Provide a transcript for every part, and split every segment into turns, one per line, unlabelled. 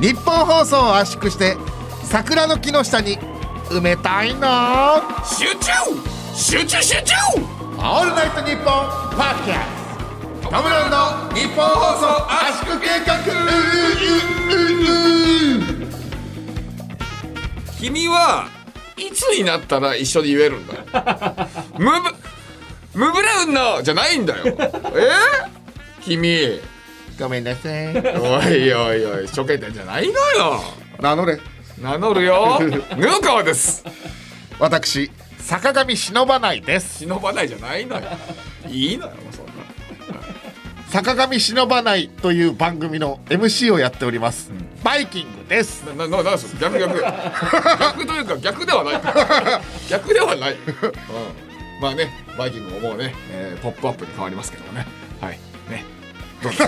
日本放送を圧縮して桜の木の下に埋めたいな
集中集中集中
オールナイトニッポンパーキャストトムランド日本放送圧縮計画
君はいつになったら一緒に言えるんだよムブムブラウンのじゃないんだよえ君
ごめんなさい
おいおいおい初見店じゃないのよ
名乗れ
名乗るよ布川です
私坂上忍ばないです
忍ばないじゃないのよいいのよもうそんな
坂上忍ばないという番組の MC をやっております、バイキングです
なななんすか逆逆逆というか逆ではない逆ではない、うん、まあねバイキングももうね、えーポップアップに変わりますけどもねはいね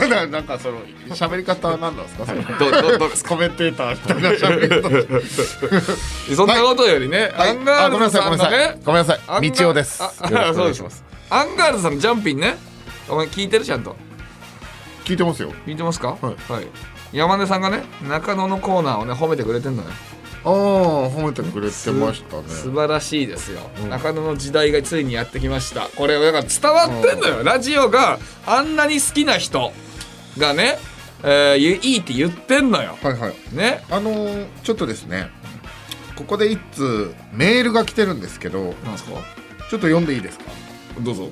ななんかその喋り方は何なんですかそれ
どうどうどうですか
コメンテーターみたいな喋り方
そんなことよりね、アンガ
あご
ー
めんな
ルズ
さい
さ
ごめん
ん
なさ
の
い
ね
ごめんなさ
アン
い
ガ
道夫です
あ
よろく
あ
お
そう
願い
ですアンガールズさんのジャンピンねお前聞いてるちゃんと
聞いてますよ
聞いてますか、
はい
山根さんがね中野のコーナーをね褒めてくれてんのよ
ああ褒めてくれてました
素
ね
晴らしいですよ、中野の時代がついにやってきましたこれだから伝わってんのよ、ラジオがあんなに好きな人がね、えーいいって言ってんのよ
はいはい
ね
あのーちょっとですねここで一通メールが来てるんですけど
なんす
ち
か
ょっと読んでいいですか、
どうぞ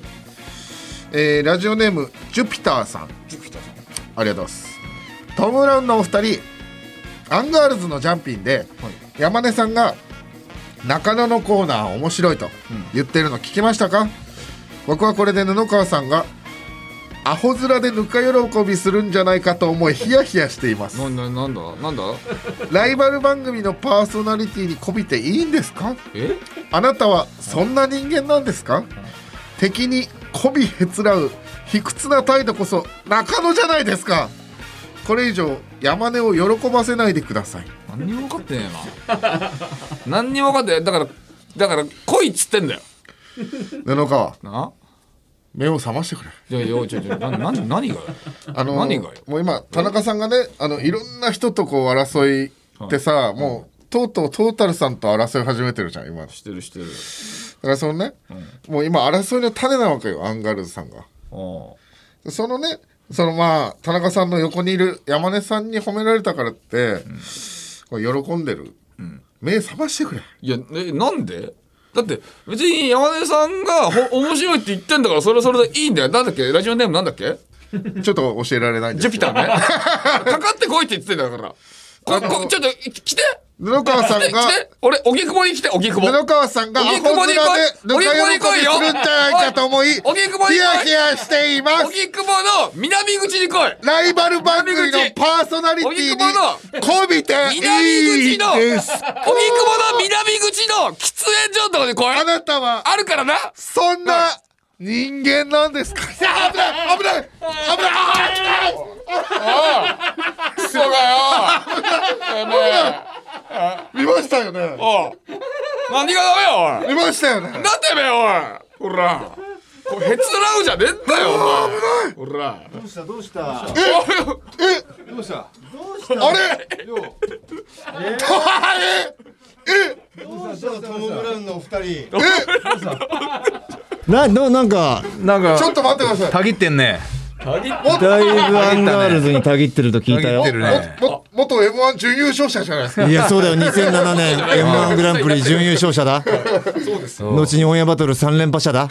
えーラジオネームジュピターさん
ジュピターさん
ありがとうございますトム・ブラウンのお二人アンガールズのジャンピンで、
はい
山根さんが中野のコーナー面白いと言ってるの聞きましたか、僕はこれで布川さんがアホ面でぬか喜びするんじゃないかと思いヒヤヒヤしています
なななんだなんだ
ライバル番組のパーソナリティに媚びていいんですか
え
あなたはそんな人間なんですか敵に媚びへつらう卑屈な態度こそ中野じゃないですかこれ以上山根を喜ばせないでください
何にも分かってねえな何にも分かってないだからだから来いっつってんだよ
布川
な
目を覚ましてくれ
じゃあよちょちょなな何がよ
あの
何がよ
もう今田中さんがねあのいろんな人とこう争いってさ、もうとうとうトータルさんと争い始めてるじゃん今だ
してるしてる
からそのね、もう今争いの種なわけよアンガールズさんが
お
そのね、そのまあ、田中さんの横にいる山根さんに褒められたからって、これ喜んでる。目覚ましてくれ。
いやえなんでだって別に山根さんがほ面白いって言ってんだからそれはそれでいいんだよなんだっけラジオネームなんだっけ
ちょっと教えられないんです
ジュピター ねかかってこいって言ってんだからここちょっとい来て
布川さん
来て
が、
俺荻窪に来て荻窪
布川さんがアホ
荻
面で
窪に来い
ぬか喜びするんじゃないかと思い、ヒ
荻窪に来いよ
ヤヒヤしています。
荻窪の南口に来い
ライバル番組のパーソナリティに
荻窪の
こびてい
南
い
口の
です。
荻窪の南口の喫煙所のとこでこ
あ
れ
なたは、
あるからな
そんな人間なんですか 危ない危ない危ないあー来た
クソが
見ましたよね
よ 何がダメよおい
見ましたよね
なんてめえおいほらこれへつらうじゃねえんだよお前ほら
どうしたどうしたどうしたどうした
あれ
ようどうしたトム・ブラウンのお二人
な、どうなんか、
なん
ちょ
か
っと待ってください
たぎってんね
だいぶアンガールズにたぎってると聞いたよ
たぎっ。てるね
も元 M1 準優勝者じゃないですか
いや、そうだよ。2007年 M1 グランプリ準優勝者だ。後にオンエアバトル3連覇者だ。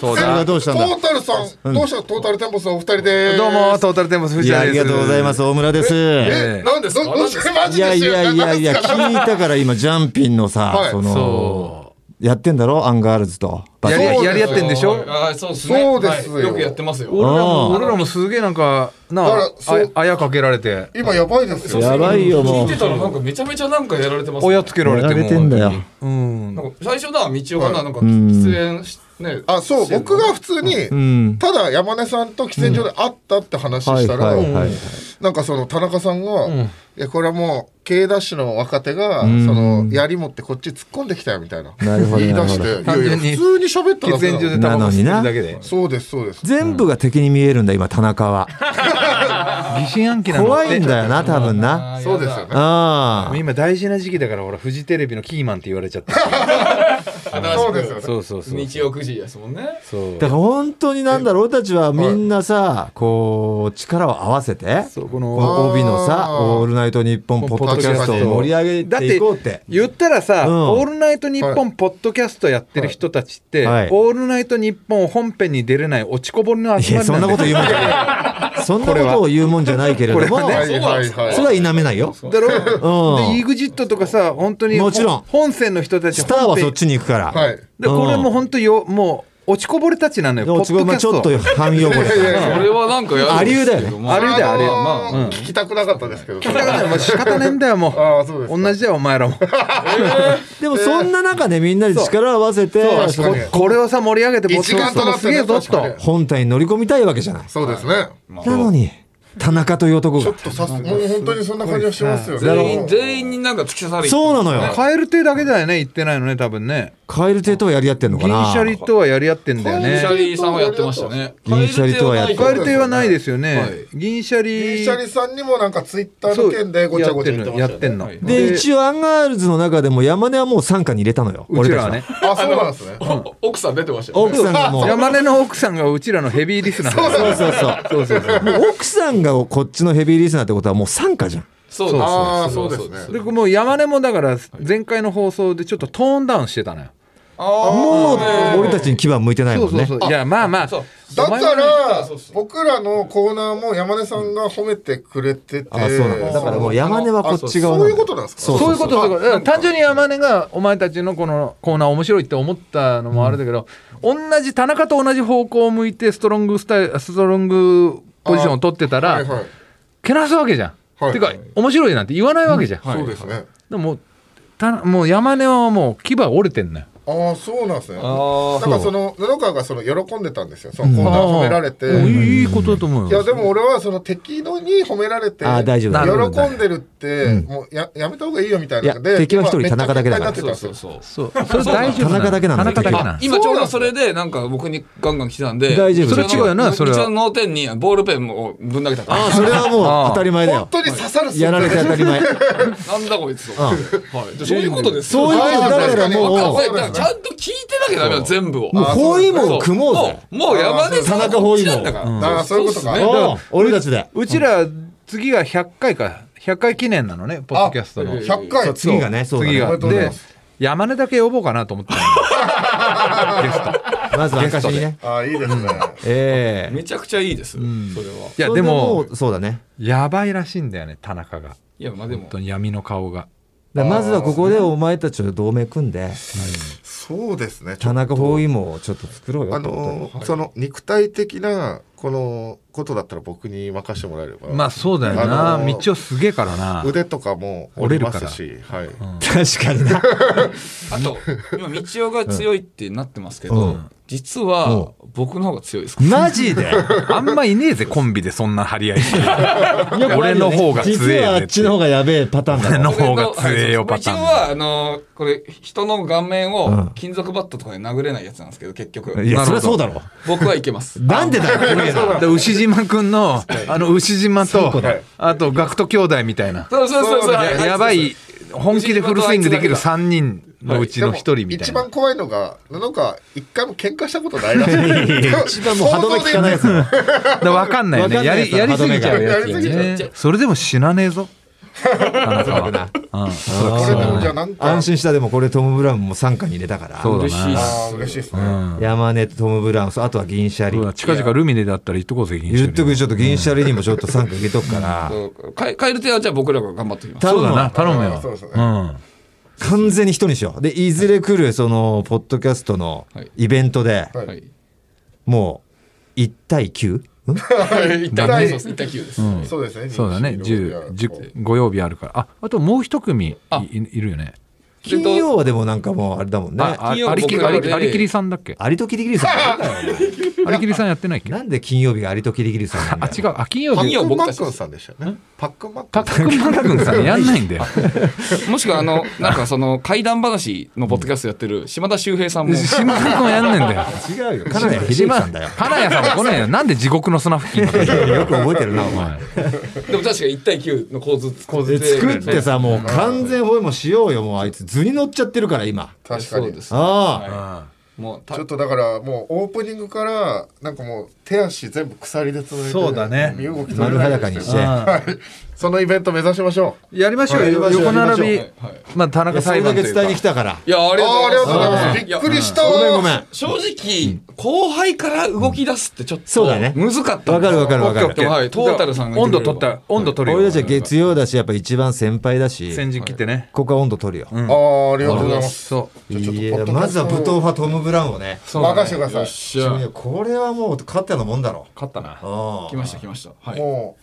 そう
それが
だ
どうし
ト
たんだ
ータルさんどうしたトータルテンポスのお二人で
どうもトータルテンボス
い
藤
や、あ
田
り
です
がとうございます。大村です。
えなんですどどうしてマ
い
ジ
や
で
い
すよ
やいやいや、
なんですか
聞いたから今、ジャンピンのさ、
はい
その
そ、
やってんだろアンガールズと。バ
や
トル
りやり合ってんでしょ
あそうです
ねそうですよはいよくやって
ますよ
俺らも
あー
俺らもすげえなんかな
だから
あ
そう
あやかけられて
今やばいですよ
やばいよ、もう。
たらなんかめちゃめちゃなんかやられてま
親つけられ
や
て
られてんだよ。
うん
なんか最初な道夫がななんか喫煙しね
あそう僕が普通にただ山根さんと喫煙所で会ったって話
はい
したら
はいはい。
なんかその田中さんが、いやこれはもう K ダッシュの若手が、その槍持ってこっち突っ込んできたよみたいな
なるほど
言い出していやいや
なる
単純に
普通に喋っただ
喫
け
煙所
だ
でタバコ吸ってるだけで
そうですそうです
全部が敵に見えるんだ、今、田中は。
疑心暗鬼なの
怖いんだよな多分な
そうですよね
あ
今大事な時期だからほらフジテレビのキーマンって言われちゃった
そうですよね
そうそうそう
日曜9時ですもんね
そう
だから本当になんだろう俺たちはみんなさこう力を合わせて
そうこの
こう帯のさ
あ
「
ー
オールナイトニッポン」ポッドキャストを盛り上げ
だって
いこうって
言ったらさ「
うん
オールナイトニッポン」ポッドキャストやってる人たちって「
はい
オールナイトニッポン」本編に出れない落ちこぼれの
い
集ま
や
り
そ
な
ん
ん
な
だ
こ
よ
と言うもんじゃないそんなことを言うもんじゃないけれどもそ
これは
は
ね
いはいはい
れは否めないよ
だろ、
うん
で EXIT とかさ本当に
もちろん
本線の人たち
スターはそっ
本編
ちに行くから、
はい
でこれも本当よもう落ちこぼれたちなのよポ
お
ッ
ち
ド
ご
キ
めん
ャス
ち
ト
ょっと半汚れ
いやい
た
や
これはなんかや
あり得だよね
ね
あり得だよあり得だよ
あ
まあう
の
ん
ー聞きたくなかったですけど
だからもう仕方ねえんだよも う
ああそうですか
同じだよお前 らも
でもそんな中でみんなで力を合わせて
そう確かに
これをさ盛り上げて
一丸となって
すげえぞ
確かに
と
本体に乗り込みたいわけじゃない
そうですね
なのに田中という男
ちょ
が
っとさすもう本当にそんな感じがしますよね
全員全員になんか突き刺され
そうなのよ
蛙亭だけだよね言ってないのね多分ね
蛙亭とはやり合ってんのか
銀
な
シャリとはやり合ってんだよ
銀シャ
ね
リさんはやってましたね
銀シャリとはやって
蛙亭はないですよね、
はい
銀シャ
銀
リ
シャリさんにもなんかツイッターの件でごちゃごちゃ言ってま
や
し
ったて
よ
ん
ね
の
はい
で一応アンガールズの中でも山根はもう傘下に入れたのよ
うちらは
俺
ね
た
あそうなんですね
お奥さん出てましたよね
奥さんがもう
山根の奥さんがうちらのヘビーリスナーだ
そうそうそうもう奥さんがこっちのヘビーリスナーってことはもう傘下じゃん
そうです
ああそうです
で
ね
もう山根もだから前回の放送でちょっとトーンダウンしてたのよ、
もう俺たちに牙向いてない
そ
も
うんそう
ね
そういやまあまあ
そう
だ
お前
か
はね
ら
そうそう
僕らのコーナーも山根さんが褒めてくれてて
あそうなんだだからもう山根はこっち側
そ
な
うんいう
だ
ことなんですか
そう
そういうことだから単純に山根がお前たちのこのコーナー面白いって思ったのもあれだけど、同じ田中と同じ方向を向いてストロングスタイルストロングポジションを取ってたら、
はいはい
けなすわけじゃん、
はい
てか面白いなんて言わないわけじゃん、
そうですね
でもたもう山根はもう牙折れてんのよ
ああそうなんですね
あ
だからその布川がその喜んでたんですよそのコーナー褒められて、
もう
い
いいことだと思うよ
やでも俺はその適度に褒められて
あー大丈夫
なるほど
喜んでるって、もうややめた方がいいよみたいなの
いや
で
敵は一人
今
田中だけだから
めっちゃ
そう
喧嘩
そ
になってたんですよ
うそう
そうそれ大丈夫
田中だけなんだ
田中だけな
結
ん
今
局
だ
ちょうどそれでなんか僕にガンガン来てたんで
大丈夫
うちの
そ
れ違うよなそれは
うちの脳天にボールペンをぶん投げたから
ああそれはも
あ
う
あ
当たり前だ
本
よ
当に刺さる
やられて当たり前
なんだこいつとはいでそういうことです
そういうことだからもう
あこれ
そうだよね
ちゃんと聞いてなきゃダメだ全部を
もう包囲網を組もうぜ
もうもう山根さん
田中包囲網
だから
ああそういうことか、
そうっすね
おう俺たちで
うちら次が100回か100回記念なのねポッドキャストの
あ
100回
そう次がねそうだね
次
おめ
が
でとうござい
で
ます
山根だけ呼ぼうかなと思ってたのゲスト
まず証にね
ああいいですね
ええ
めちゃくちゃいいですそれはい
やでも
うそうだね
やばいらしいんだよね田中が
いやまあでも
本当に闇の顔が
だからまずはここでお前たちを同盟組んで
そうですねちょ
田中包囲網をちょっと作ろうよ
あ
ってこと
のーその肉体的なこのことだったら僕に任せてもらえれば、
まあそうだよな、
あのー
道をすげえからな
腕とかも折りますし、はい、
確かにな
あと今道夫が強いってなってますけど実は僕の方が強いですから
マジで
あんまいねえぜコンビでそんな張り合いして 俺の方が強えよ
実はあっちの方がやべえパターンだ
俺の
ろ
方が強えよ
はい
パ
一
タ
応
ーン
はあのこれ人の顔面
うん
を金属バットとかで殴れないやつなんですけど結局
いやそりゃそう
だ
だろ
僕はいけます
なんでだよ怖えな
で牛島くんのあの牛島とあとガクト兄弟みたいな
そうそうそうそう
そうだ
あいつ
やばい本気でフルスイングできる3人のうちの1人みたい
一
な
番怖いのが布川一回も喧嘩したことないらしい
一番もう歯止め効かないやつだろ
だから分かんないよ
わ
ね
かん
や
ない
りやりすぎちゃうやつ
や
よ
りすぎちゃう
ねそれでも死なねえぞ田中は
これでもじゃあなんか
安心したでもこれトム・ブラウンも傘下に入れたから
そうだ
嬉しいっす
ああ嬉しいですね、
山根とトム・ブラウンそうあとは銀シャリ
そうだ近々ルミネだったら言っとこうぜ銀シャ
言
リ
っとくちょっと銀シャリにもちょっと傘下入れとくから
そうかカエル亭はじゃあ僕らが頑張ってきます
そうだな頼む
あー
よ
そうですね
うん
完全に人にしようでいずれ来るそのポッドキャストの
はい
イベントで
はい
はい
もう1対 9?
一
ダメ
体
そうです一対9です
そうですね
そうだね
24
10 10 5曜日あるからああともう一組いいいるよね
金曜はでもなんかもうあれだもんね
ああ
金曜
ありき
僕ら
あり
で
ありきりさんだっけ
アリとキリギリスさんなんだよ
ありきりさんや ってないっ
お
け
前
あ
なんで金曜日がアリとキリギリスさんなんだよ
違うあ金曜
パ
日
ッ
曜
クンマ
僕
ッ
たち
クンさんでしたよねパックンマック
パ
ン
ックマラグン さんやんないんだよ
もしくはあのなんかその怪談話のポッドキャストやってる島田秀平さんも
島田君はやんないんだよ
違うよ金谷秀樹さんだよ
花屋さんは来ない よなんで地獄の砂付近
よく覚えてるなお前
でも確か1対9の構図構図
で作ってさもう完全包囲もしようよもうあいつ図に乗っちゃってるから今
確か
そう
に
です
ああ
もうた
ちょっとだからもうオープニングからなんかもう手足全部鎖でつないで
そうだね
身動き取れ
丸
ない
裸にして
そのイベント目指しましょう
やりましょうよ
はい
横並
や
びまあ田中
そ
裁
れだ
判と
け
いう
伝えに来
か
たから
いやありがと
あーあり
う
が
ご
とうご
ざ
ざいます
いま
すびっくりした
ごめんごめん
正直後輩から動き出すってちょっと
そうだね
むずかった
わかるわかるわかる
オッケーオッケーはいトータルさんが
温度取った温度取る
俺たちは
よ
月曜だしやっぱ一番先輩だし
先陣切ってね
ここは温度取るよ
あーありがとうございます
そう
いやまずは武闘派トム・ブラウンをね
そうだね
任せてく
よ
だ
っ
さ
しゃ
いやこれはもう勝ったのもんだろ
勝ったな
あ
来ました来ましたはいい
もう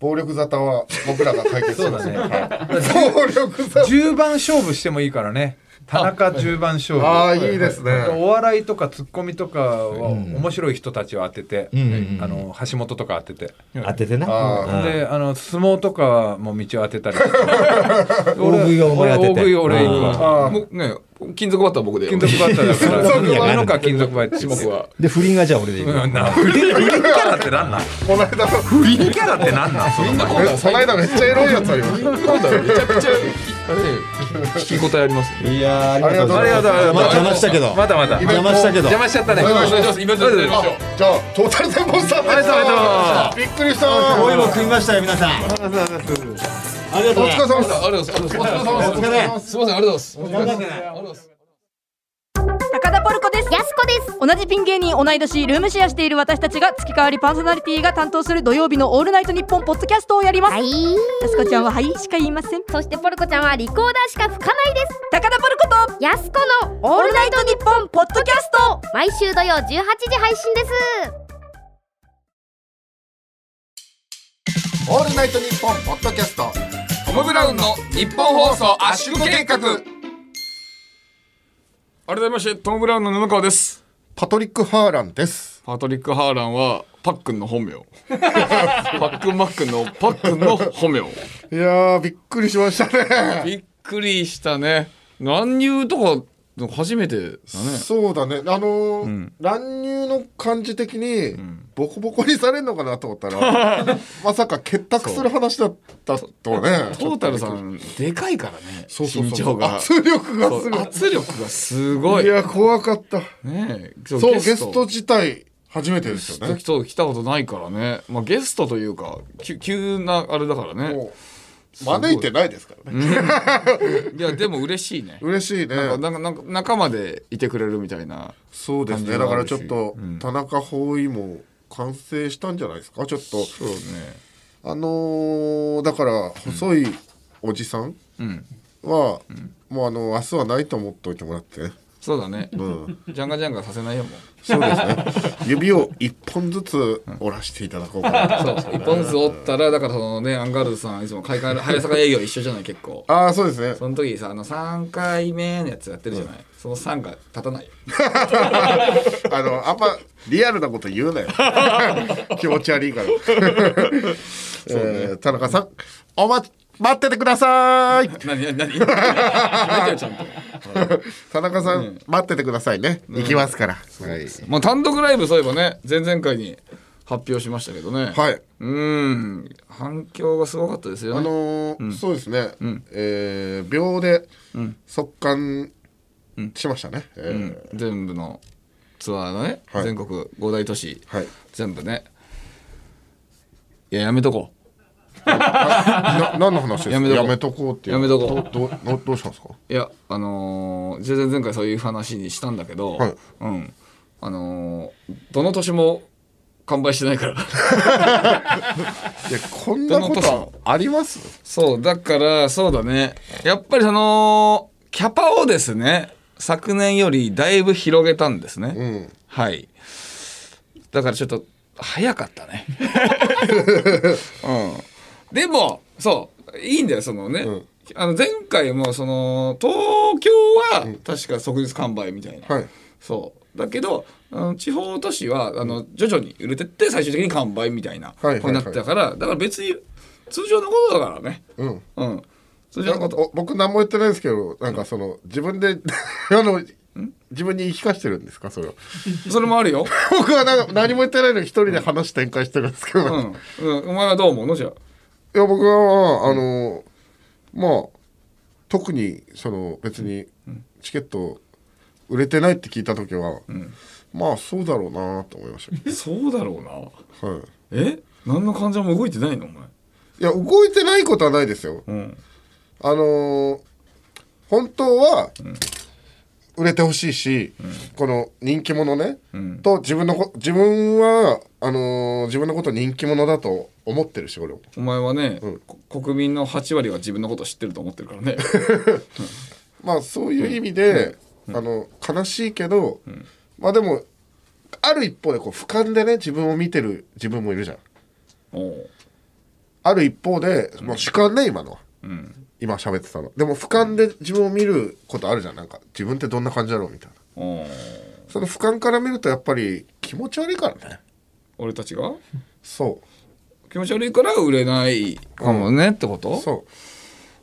暴力沙汰は僕らが解決するんですよはい暴力沙汰
10番勝負してもいいからね田中10番勝負
ああいいですね
お笑いとかツッコミとかは面白い人たちを当てて、
んうんうん
あの橋本とか当てて、
当ててな
あ
うん
であの相撲とかも道を当てたり俺
大食いはお前当てて
俺大食い俺行くわ
あー
もうね金属バットは僕で
金属バッターだか
金
ら
属バッター
俺のか金属バッター
僕は
で不倫がじゃあ俺でいく
うんなフリフリキャラってなんなんフ
この間
リキャラってなんなんその
みんな今度は
この間めっちゃエロいやつありました
今度はめちゃくちゃ聞き応えあります
いやーありがとうご
あ
ざ
り
います
がとうござい
ま
ま
あ
す
邪魔したけど
まだまだ
邪魔したけど
邪魔しちゃったね
お願い
しますイベントでやりましょう
じゃあトータルテンボスさんでし
ありが
たびっくりした
お
お
芋食いましたよ皆さんありがとうございますありがとうござい
疲
ま
れ様でし
ありがとうございますお疲れ様です
すお疲れ
すみませんありがとうございます
頑張ってね
ありがとうございます
高田ポルコですやすこです同じピン芸人同い年ルームシェアしている私たちが月替わりパーソナリティが担当する土曜日のオールナイトニッポンポッドキャストをやります、
はい。
やすこちゃんははいしか言いません
そしてポルコちゃんはリコーダーしか吹かないです。
高田ポルコと
やすこの
オールナイトニッポンポッドキャスト
毎週土曜18時配信です。
たオールナイトニッポンポッドキャスト
トム・ブラウンの日本放送圧縮計画改めましてトム・ブラウンの布川です
パトリック・ハーランです
パトリック・ハーランはパックンの本名 パックンマックンのパックンの本名
いやーびっくりしましたね
びっくりしたね乱入とか初めてだね
そうだねあのー乱入の感じ的にボコボコにされるのかなと思った らまさか結託する話だったとはね
トータルさんでかいからね
そうそう
身
そ
長
う
が
圧力が
そう
すごい
圧力がすごい
いや怖かった
ねえ
そうゲスト自体初めてですよ
ゲ
ね
スト来たことないからね、まあ、ゲストというか急急なあれだからね
もう招いてないですからね
いやでも嬉しいね
嬉しいね
なんかなんか仲間でいてくれるみたいな
そうですね
感じ
だ
はあ
か
る
ら
し
ちょっと田中包囲も完成したんじゃないですかちょっと
そうね
あのーだから細いおじさん
ん
は、もうあの明日はないと思っておいてもら ってね
そうだね、
ん
ジャンガジャンガさせないよもう
そうですね指を一本ずつ折らしていただこうかな
そうそう一本ずつ折ったらだからそのねアンガールズさんいつも開会早坂営業一緒じゃない結構
ああそうですね
その時さあの3回目のやつやってるじゃない、その3が立たないよ
あのあんまリアルなこと言う なよ気持ち悪いから、えー田中さんおま待っててください
何何何決めてよちゃんと
田中さん、待っててくださいね行きますから、はい、
まあ単独ライブそういえばね前々回に発表しましたけどね
はい、
うーん反響がすごかったですよ
あ
ね
のーそうですね、えー秒で速乾しましたね、えー
全部のツアーのね、
はい
全国5大都市、
はい
全部ねいややめとこ
な何の話ですかや
やめ
め
とこ
とこうっ
う
ていう
やめとこう
どどどどうしたんですか
ういやあのー、前々回そういう話にしたんだけど、
はい
うんあのー、どの年も完売してな いから
いやこんなことあります
そうだからそうだねやっぱりそのキャパをですね昨年よりだいぶ広げたんですね、
うん
はい。だからちょっと早かっ たね。うん。でもそういいんだよそのね、あの前回もその東京は確か即日完売みたいな、
はい
そうだけどあの地方都市はあの徐々に売れてって最終的に完売みたいな
はいはい
こうなったからだから別に通常のことだからね
うん
うん通常
な
の
んか
こと
お僕何も言ってないですけどなんかその自分で あの自分に言い聞かしてるんですかそれを
それもあ るよ、
僕はなんか何も言ってないのに一人で話展開してるんですけど、
う
い
んうん、お前はどう思うのじゃあ
や僕はあのまあ特にその別にチケット売れてないって聞いた時は、まあそうだろうなと思いまし
そうだろうな
た、はい、
え何の感情も動いてないのお前
いや動いてないことはないですよ
うん
あのー本当は売れてほしいし、この人気者ね、
ん
と自分のこ自分はあのー自分のこと人気者だと思ってるし俺も
お前はね、
ん
こ国民の8割は自分のこと知ってると思ってるか らね
まあそういう意味で、あの悲しいけど、まあでもある一方でこう俯瞰でね自分を見てる自分もいるじゃん
おう
ある一方で、まあ、主観ね今のは
うん
今喋ってたのでも俯瞰で自分を見ることあるじゃんなんか自分ってどんな感じだろうみたいな
おう
その俯瞰から見るとやっぱり気持ち悪いからね
俺たちが
そ
気持ち悪いから売れないかもねってこ
う
と、
そ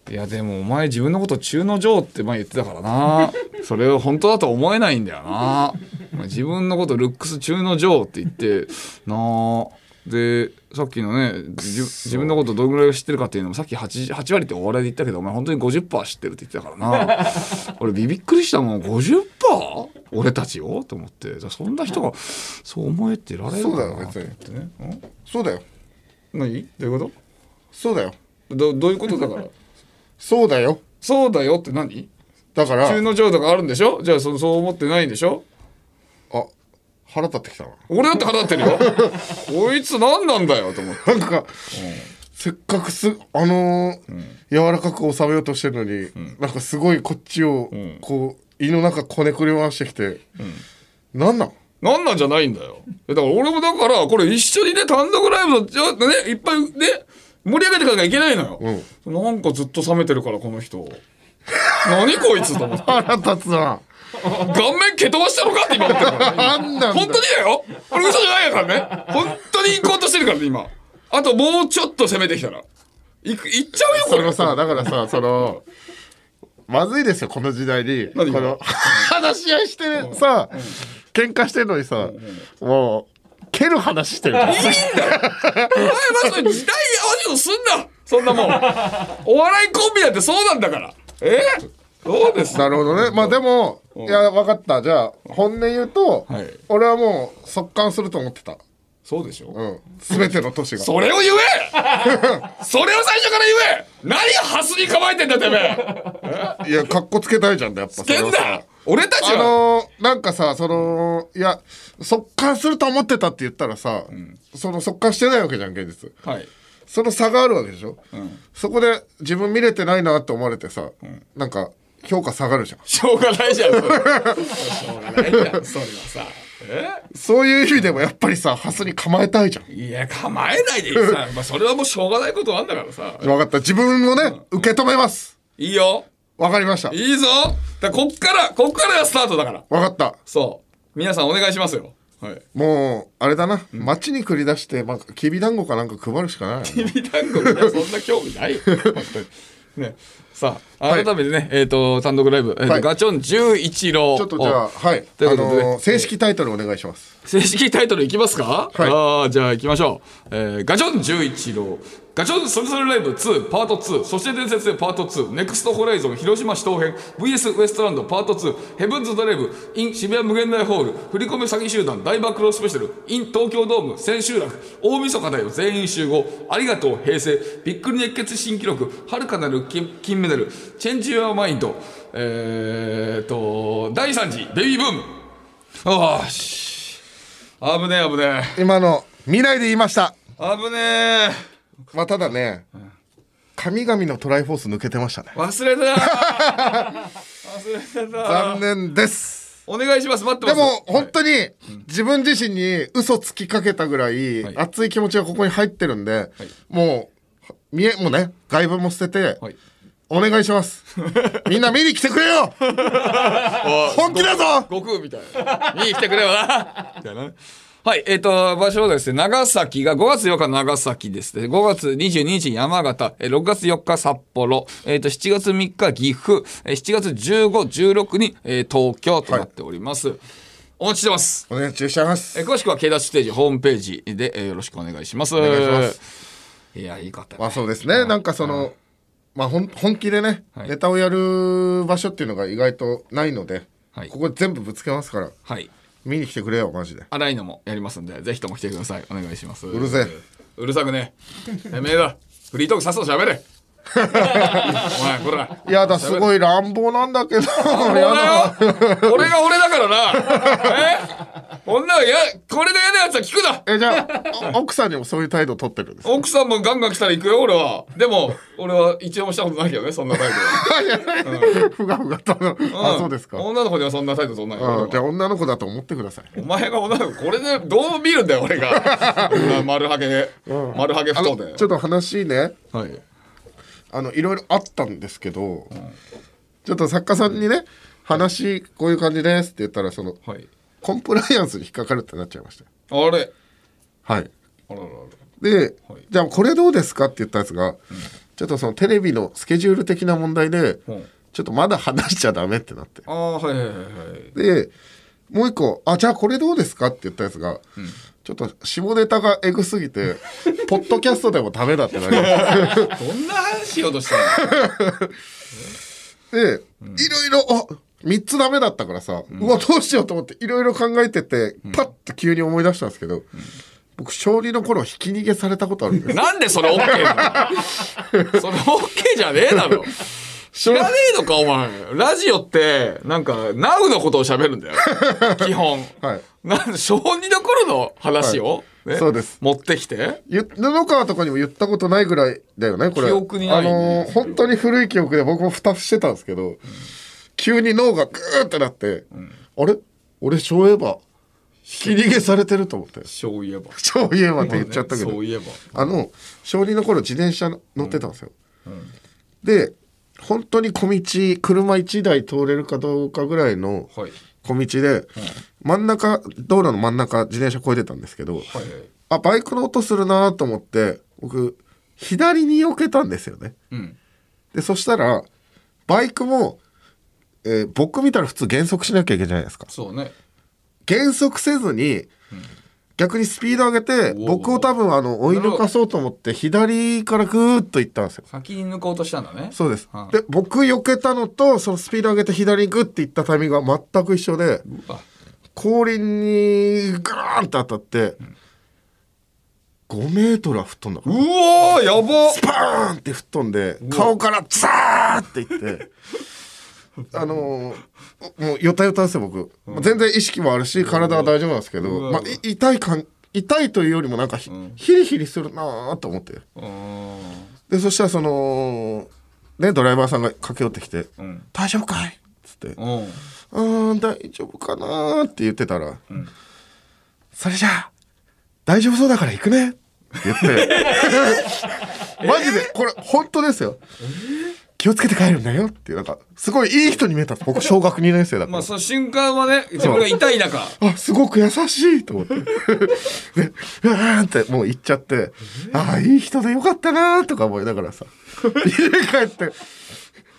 いやでもお前自分のこと中の上って前言ってたからな それを本当だと思えないんだよなお前自分のことルックス中の上って言ってなあでさっきのね自自分のことどんぐらい知ってるかっていうのもさっき 8, 8割ってお笑いで言ったけどお前本当に50%知ってるって言ってたからな 俺ビビっくりしたもん 50%? 俺たちをと思ってじゃあそんな人がそう思えてられるかなと思ってねん
うそうだよ
何どういうこ
そうだよ
とどどういうことだから
そうだよ
そうだよって何
だから
中の浄土があるんでしょじゃあそそう思ってないんでしょ
あ腹立ってきたな
俺だって腹立ってる よこいつ何なんだよと思って
なんか、せっかくすあのー柔らかく収めようとしてるのに、なんかすごいこっちを、
ん
こう胃の中こねくり回してきて、なんなん
何なんじゃないんだよだから俺もだからこれ一緒にね単独ライブのじゃねいっぱいね盛り上げていかなきゃいけないのよ、なんかずっと冷めてるからこの人何こいつと思って
腹立つな
顔面蹴飛ばしたのかって今思ってるからね
なんなんだ
本当にだよこれ嘘じゃないからね本当に行こうとしてるからね今あともうちょっと攻めてきたらいく行っちゃうよこ
そ
れ
のさだからさそのまずいですよこの時代にこ
何が
の話し合いしてさ、喧嘩してるのにさ、もう蹴る話 してる
お前はそれ時代に合わせようとすんなそんなもんお笑いコンビだってそうなんだからえそうです
なるほどね。まあでも、いや、分かった。じゃあ、本音言うと、
はい
俺はもう、速乾すると思ってた。
そうでしょ、
うん。すべての都市が。
それを言えそれを最初から言え何をハスに構えてんだてめえ
いや、かっこつけたいじゃんだ、やっぱ。そ
け
れ
ん
はさ
だ俺たち
あ
は、
のーなんかさ、その、いや、速乾すると思ってたって言ったらさ、その速乾してないわけじゃん、現実。
はい
その差があるわけでしょ、そこで自分見れてないなって思われてさ、なんか評価下がるじゃん。
しょうがないじゃんそれしょうがないじゃんそれはさえ
そういう意味でもやっぱりさ、ハスに構えたいじゃん。
いや構えないでいいさ、まあ、それはもうしょうがないことあんだからさ
分かった。自分をね、受け止めます。
いいよ
わかりました。分
いいぞだからこっからこっからがスタートだから
かった。
そう皆さんお願いしますよはい
もうあれだな、街に繰り出して、まあ、きびだんごかなんか配るしかないよね、
きびだんごにはそんな興味 ないよ本当にね、さあ
はい
改めてね、えっ、と単独ライブ、えーと
はい
ガチョン十一郎
ちょっとじゃあ
お
はいあ
ということでね
のー正式タイトルお願いします、
正式タイトルいきますか、
はい
ああじゃあいきましょう、えーガチョン十一郎ガチョンそれぞれライブ2パート2そして伝説でパート2ネクストホライゾン広島市東編 VS ウエストランドパート2ヘブンズドライブ in 渋谷無限大ホール振り込め詐欺集団大暴露スペシャル in 東京ドーム千秋楽大晦日だよ全員集合ありがとう平成びっくり熱血新記録遥かなる金金メダルチェンジ・ユア・マインドえー、っと第3次ベビーブームああし危ねえ危ねえ
今の未来で言いました
危ねえ
まあただね神々のトライフォース抜けてましたね
忘れた忘れてた
残念です
お願いします待ってま
ですも本当に自分自身に嘘つきかけたぐらい
はい
熱い気持ちがここに入ってるんで、もう見えもうね外部も捨てて、
はい
お願いし ますみんな見に来てくれよ本気だぞ
悟空みたいな。見に来てくれよな。 みたいなねはい、えっ、と、場所はですね、長崎が5月8日長崎ですね。5月22日山形、えー6月4日札幌、えっ、と、7月3日岐阜、えー7月15、16に、えー東京となっております。お待ちしてます。
お願いします
えー詳しくは K ダッシュステージホームページで、えーよろしくお願いします。お。
願いします
いや、いい方、ね。
まあそうですねなんかそのまあほん本気でね、
はい
ネタをやる場所っていうのが意外とないので、
はい
ここ全部ぶつけますから
はい。
見に来てくれよマジで
荒いのもやりますんで、ぜひとも来てください。お願いします。う
るせえ。
うるさくね え。てめえだ。フリートークさっさと喋れ。 お前、こら。
いやだすごい乱暴なんだけど
俺
やだ
だよ。俺が俺だからな。え 女はや、これで嫌なやつは聞くな。
えじゃあお奥さんにもそういう態度取ってるんですか
奥さんもガンガン来たら行くよ、俺は。でも、俺は一応もしたことないけどね、そんな態度は。
ふがふがと、 あそうですか、う
女の子にはそんな態度そんなに。
ん、じゃあ女の子だと思ってください
お前が女の子、これでどう見るんだよ、俺が。こんな丸ハゲで。丸ハゲ
あ
太
の
で。
ちょっと話ね
はい。
あのいろいろあったんですけど、ちょっと作家さんにね話こういう感じですって言ったらその
はい。
コンプライアンスに引っかかるってなっちゃいましたよ
あれ。
はい
あらららら。
で、じゃあこれどうですかって言ったやつが、ちょっとそのテレビのスケジュール的な問題で、
うん
ちょっとまだ話しちゃダメってなって
ああ、はいはいはいはい。
でもう一個「あじゃあこれどうですか?」って言ったやつが、ちょっと下ネタがエグすぎ てポッドキャストでもダメだってなりま した
どんな話しようとしたの
で、いろいろあ3つダメだったからさ、うわどうしようと思っていろいろ考えててパッと急に思い出したんですけど、僕小児の頃ひき逃げされたことあるんです
なんでそれ OK な のそれ OK じゃねえだろ。知らねえのか、お前。ラジオって、なんか、ナウのことを喋るんだよ。 基本。
はい
なん小児の頃の話を、
いそうです
持ってきて。
ゆ布川とかにも言ったことないぐらいだよねこれ
記憶にないね
あのー本当に古い記憶で僕も蓋してたんですけど、急に脳がグーってなって、あれ俺そういえばひき逃げされてると思って
そういえば。
そういえばって言っちゃったけど、
そういえば。
あの小児の頃自転車乗ってたんですよ、で本当に小道車1台通れるかどうかぐらいの
はい。
小道で、真ん中道路の真ん中自転車越えてたんですけど、
はい。
あバイクの音するなと思って僕左に避けたんですよね
うん。
でそしたらバイクも、えー僕見たら普通減速しなきゃいけないじゃないですか
そうね。
減速せずに、逆にスピード上げて
おー
僕を多分あの追い抜かそうと思って左からグーッと行ったんですよ
先に抜こうとしたんだね。
そうです、
はい
で僕避けたのとそのスピード上げて左にグッて行ったタイミングが全く一緒で
あ
後輪にグーンって当たって、5メートルは吹っ飛んだから
うおー、やばっ
スパーンって吹っ飛んで顔からザーっていって あのーもうよたよたですよ僕、全然意識もあるし体は大丈夫なんですけど、
うわ
まあ、い痛い感痛いというよりもなんかひ,、ヒリヒリするなーと思って
うーん。
でそしたらそのねドライバーさんが駆け寄ってきて「
ん
大丈夫かい?」っつって
うん。
「うん大丈夫かな?」って言ってたら「それじゃあ大丈夫そうだから行くね」って言って マジでこれ本当ですよ、気をつけて帰るんだよっていうなんかすごいいい人に見えたんです僕小学2年生だから、
まあ、その瞬間はね、自分が痛い中。
あすごく優しいと思ってでうわーんってもう行っちゃってああいい人でよかったなーとか思いながらさ家帰って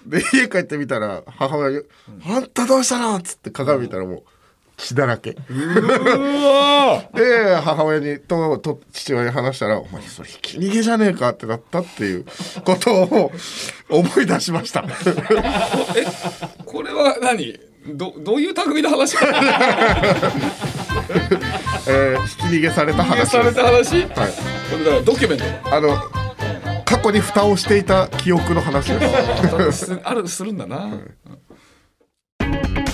で家帰ってみたら母親に「あんたどうしたの?」っつって鏡見たらもう血だらけで母親にとと父親に話したら「お前それひき逃げじゃねえか」ってなったっていうことを思い出しました
これは何どどういう匠 の話
えーひき逃げされた話
さ
で
れ
す
た話、
はい
これだからドキュメントだ
あの過去に蓋をしていた記憶の話です。
すあるするんだな、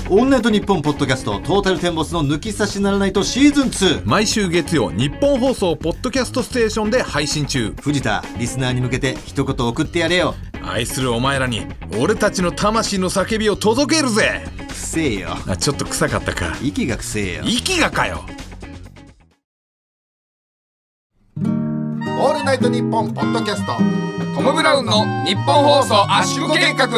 オールナイトニッポンポッドキャストトータルテンボスの抜き差しならないとシーズン2
毎週月曜日本放送ポッドキャストステーションで配信中
藤田リスナーに向けて一言送ってやれよ
愛するお前らに俺たちの魂の叫びを届けるぜ
くせえよ
あちょっと臭かったか
息がくせえよ
息がかよ
オールールナイトニッポン」ポッドキャスト
トム・ブラウンの日本放送圧縮計画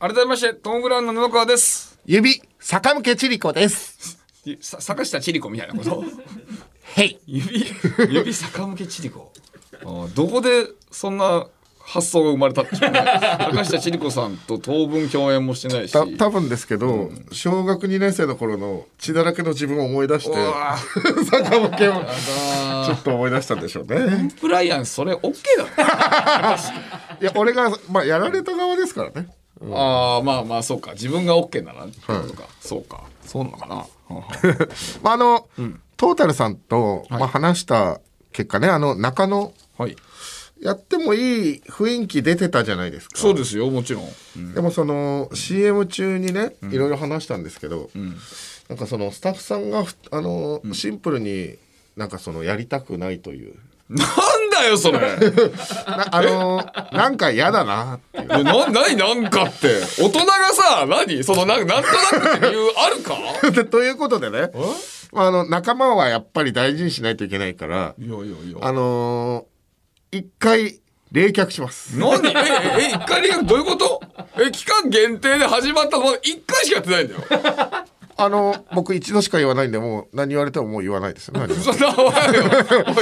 改めましてトム・ブラウンの布川です
指坂向千里子です
さ坂下千里子みたいなこと
へい
指指坂向け千里子あーどこでそんな発想が生まれたんでしょうね坂下千里子さんと当分共演もしてないした
多分ですけど、小学2年生の頃の血だらけの自分を思い出して 坂本家をちょっと思い出したんでしょうね
ブライアンそれ OK だろ
いや俺が、まあ、やられた側ですからね
ああまあまあそうか自分が OK ならってことか、そうかそうなのかな
まああの、トータルさんと、まあ、話した結果ねあの中野
はい
やってもいい雰囲気出てたじゃないですか
そうですよもちろん、
でもその CM 中にねいろいろ話したんですけど、なんかそのスタッフさんがふあの、シンプルになんかそのやりたくないと いう
なんだよそれ
なあのなんか嫌だなっていう
な何なんかって大人がさ何そのなんなんとなくって理由あるか
でということでね、まあ、あの仲間はやっぱり大事にしないといけないから
いやいやいや
あのー一回冷却します
何え、え、え、一回リアクどういうことえ、期間限定で始まったのまだ一回しかやってないんだよ。
あの僕一度しか言わないんでもう何言われてももう言わないですよ何も
そんなお前よ。おい、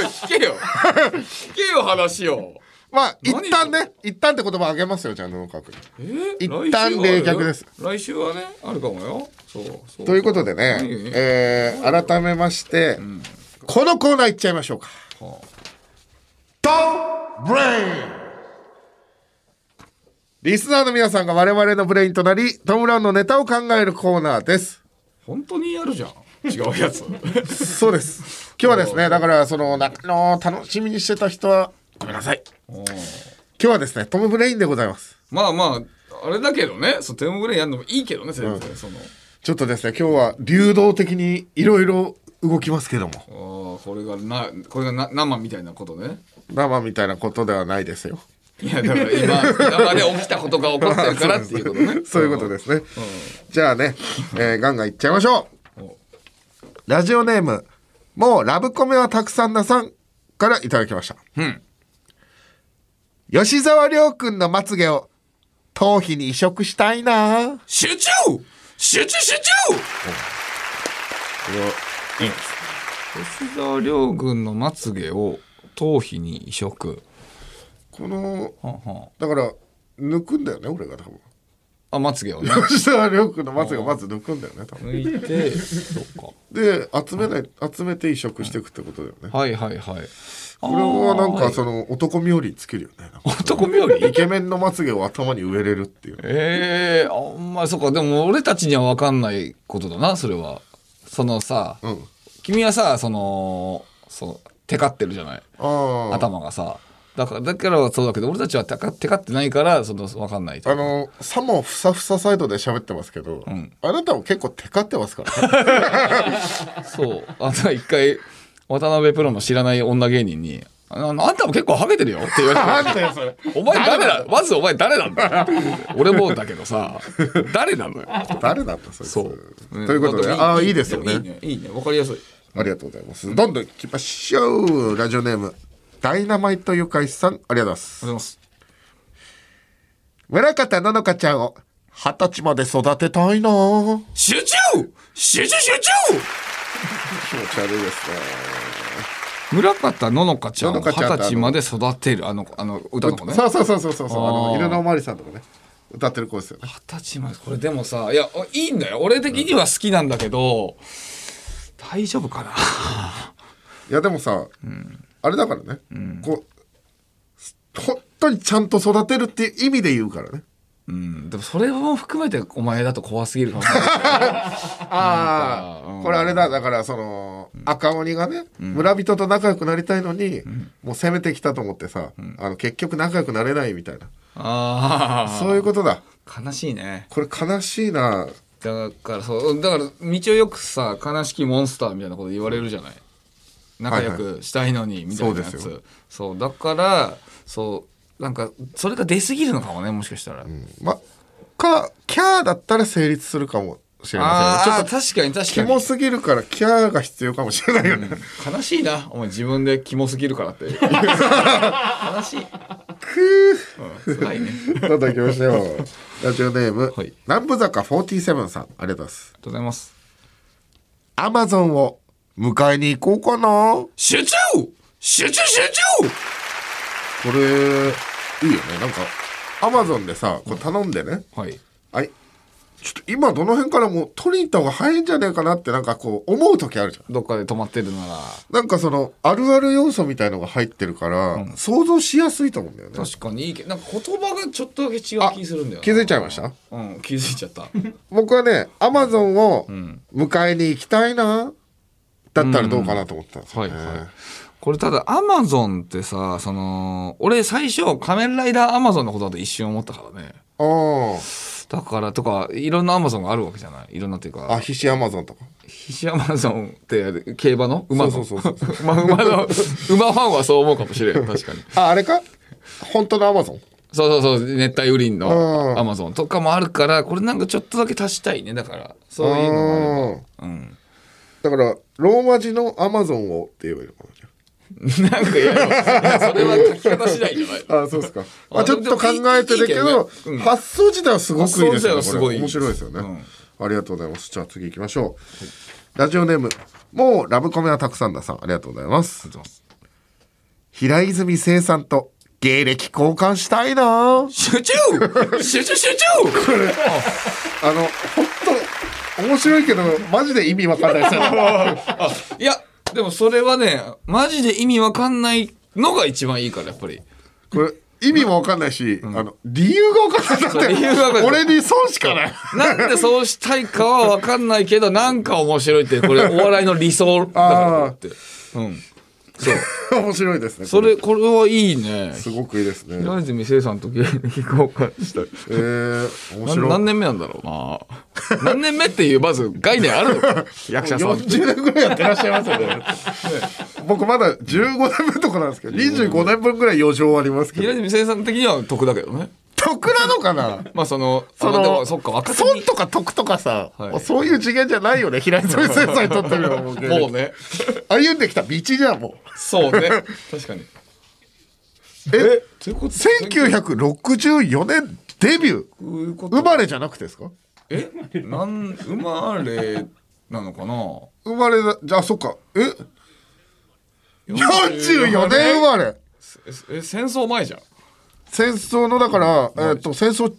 聞けよ。聞けよ、話を。
まあ一
何
旦ね一旦って言葉あげますよじゃあ布川君
え
一旦冷却です。
来週はね、あるかもよ。そう、そう。
ということでね、
うん
えー改めまして、このコーナーいっちゃいましょうか。トンブレインリスナーの皆さんが我々のブレインとなり、トム・ブラウンのネタを考えるコーナーです。
本当にやるじゃん。違うやつ。
そうです。今日はですね、だから、その、中野楽しみにしてた人は、ごめんなさい。今日はですね、トム・ブレインでございます。
まあまあ、あれだけどね、そう、テーマぐらいやるのもいいけどね、先生。その、
ちょっとですね、今日は流動的にいろいろ動きますけども、
ああ、これがな、これがな生みたいなことね。
生みたいなことではないですよ。。
いや、だから今、今まで起きたことが起こってるからっていうことね
そういうことですね。じゃあ ね、えーガンガンいっちゃいましょう。ラジオネーム、もうラブコメはたくさんなさんからいただきました。吉沢亮君のまつげを頭皮に移植したいな。
集中集中集中吉沢亮君のまつげを頭皮に移植
この、
あ
だから、抜くんだよね、俺が多分。
まつげをね
吉沢亮君のまつげをまず抜くんだよね、多分。
抜いてそっ
で、集めない、集めて移植していくってことだよね。
かはいはいはい
これはなんかその男冥利つけるよね。なんか
男冥
イ
利
ケメンのまつげを頭に植えれるっていう。
ええあんまりそっかでも俺たちには分かんないことだなそれはそのさ、
うん。
君はさそのそうテカってるじゃない
ああ。
頭がさだからだからはそうだけど俺たちはテカテカってないからその分かんないと
あの、さもふさふさサイドで喋ってますけど、あなたも結構テカってますから ね。
そう。あの、一回、渡辺プロの知らない女芸人に、あのあんたも結構ハゲてるよって言われて。
なんだよ、それ。
お前誰だまずお前誰なん だよ俺もだけどさ、誰なのよ。
誰なんだ、それ。
そ う。
ということで、ああ、いいですよね。
いいね。いいね。わかりやすい。
ありがとうございます。どんどん行きましょう。ラジオネーム、ダイナマイトゆかいさん、ありがとうございます。
ありがとうございます。
村方ののかちゃんを、二十歳まで育てたいなぁ
集中集中集
気持ち悪いですね。
中村方ののかちゃんを
のの
二
かちゃん
十歳まで育てる、あの、あの、歌の子ね。
そうそうそうそうそうそう、あ
あ
の、
ー
犬のおまわりさんとかね、歌ってる子ですよね。
二十歳まで、これでもさ、いや、いいんだよ。俺的には好きなんだけど、大丈夫かない
やでもさ、あれだからね、こう本当にちゃんと育てるっていう意味で言うからね
うん、でもそれも含めてお前だと怖すぎるかもしれない。
ああ、これあれだだからその、赤鬼がね、村人と仲良くなりたいのに、もう攻めてきたと思ってさ、あの結局仲良くなれないみたいな、
あ
そういうことだ
あ、悲しいね。
これ悲しいな
だからそう、だから道をよくさ、悲しきモンスターみたいなこと言われるじゃない。仲良くしたいのにみたいなやつ。
そうです
そうだから、そう、なんかそれが出過ぎるのかもね、もしかしたら。
まかキャーだったら成立するかもしれま
あ
せんねちょ
あ
っと
確かに確
キ
か
モ
に
すぎるからキャーが必要かもしれないよね、
悲しいなお前自分でキモすぎるからって悲しいくうん、辛いねありが
どんどん行きましょう。ラジオネーム、
はい
南部坂47さん、ありがとうございます。
とうございます
アマゾンを迎えに行こうかな。
集中集中集中
これ、いいよね。なんか、アマゾンでさ、こう頼んでね、
はい
はい、ちょっと今どの辺からもう取りに行った方が早いんじゃねえかなって、なんかこう、思う時あるじゃん。
どっかで止まってるなら
なんかその、あるある要素みたいのが入ってるから、想像しやすいと思うんだよね。
確かにいいけどなんか言葉がちょっとだけ違う気するんだよな
気づいちゃいました
うん気づいちゃった
僕はね、アマゾンを迎えに行きたいな、だったらどうかなと思ってたんですよね。
これただアマゾンってさその俺最初仮面ライダーアマゾンのことだと一瞬思ったからね
あ
だからとかいろんなアマゾンがあるわけじゃないいろんなっていう
あ、あ、
か
必死アマゾンとか。
菱アマゾンってあれ競馬の馬の
そうそうそう
まあ馬の馬ファンはそう思うかもしれん確かに
あ、あれ か本当のアマゾン。
そうそうそう熱帯雨林
う
の
ん
アマゾンとかもあるからこれなんかちょっとだけ足したいねだからそういうのがあれ
う
ば
んだから、ローマ字のアマゾンをって言えばいいのか
なんかいやいやそれは書き方次第じゃない
な。あ、そうですか。ま
あ
あ、ちょっと考えてるけ
でもいい
ど
けどねうん、
発想自体はすごくいいですよね。
発想自体はすごい
これ面白いですよね、
う
ありがとうございます。じゃあ次行きましょう。ラジオネーム、もうラブコメはたくさんださん、ありがとうございます。平泉成さんと芸歴交換したいなあ
集中集中集中
の、本当面白いけど、マジで意味わかんない ですよ。
いやでもそれはねマジで意味わかんないのが一番いいからやっぱり
これ意味も分かんないし、あの理由が分かんなく
そう
て
理由が分かんない
俺に損しかない
なんでそうしたいかはわかんないけどなんか面白いってこれお笑いの理想だからってうんそう
面白いですね
そ
これ
れこれはいいね
すごくいいですね
平泉成さんと芸歴交換したい
えー、面
な
白い
何年目なんだろうな何年目っていうまず概念あるの 役者さんって
40年ぐらいやってらっしゃいますよねね 僕まだ15年分とかなんですけど25年分ぐらい余剰ありますけ
平
ど
泉成さん的には得だけどね
得なのかな
まあその
そ
あでも
の
そっか若手
損
に
とか得とかさ、
はい
もうそういう次元じゃないよね平井先生にとってみればもう芸歴
もうね
歩んできた道じゃんも
そう ね確かに
うえ
ということ
1964年デビュー
こういうこと
生まれじゃなくてですか
えなん生まれなのかな
生まれだじゃあそっかえ44年生まれ
え戦争前じゃん
戦争のだから、えっと戦争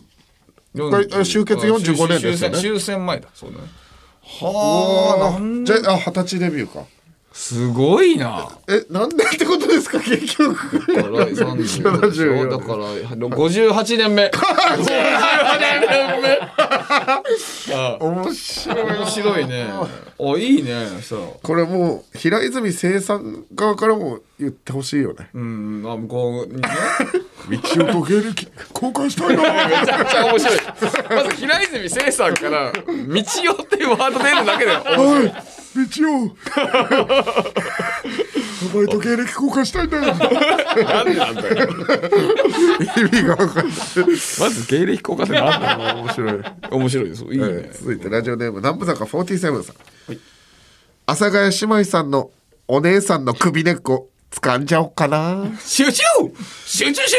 40
え終結45年ですよね
終戦終戦前だそうだねはあなん
じ
で
ゃああ二十歳デビューか
すごいな
え何年ってことですか 結局
だから30でしょ
74
だから58年目58年目
面白い
面白いね あいいねそう
これもう平泉成さん側からも言ってほしいよね
うんあ向こうにね
道を時計る交換したい
め
な
ちゃくちゃ面白いまず平泉聖さんから「道代」っていうワード出るだけでお
おい道をお前と芸歴交換したいんだよ
なんなんだよ
意味が分かんない
まず芸歴効果ってなんだろう面白い面白いですいいね、
えー続いてラジオネーム南部坂47さん、阿佐ヶ谷姉妹さんのお姉さんの首根っこ掴んじゃおうかな
集中集中集中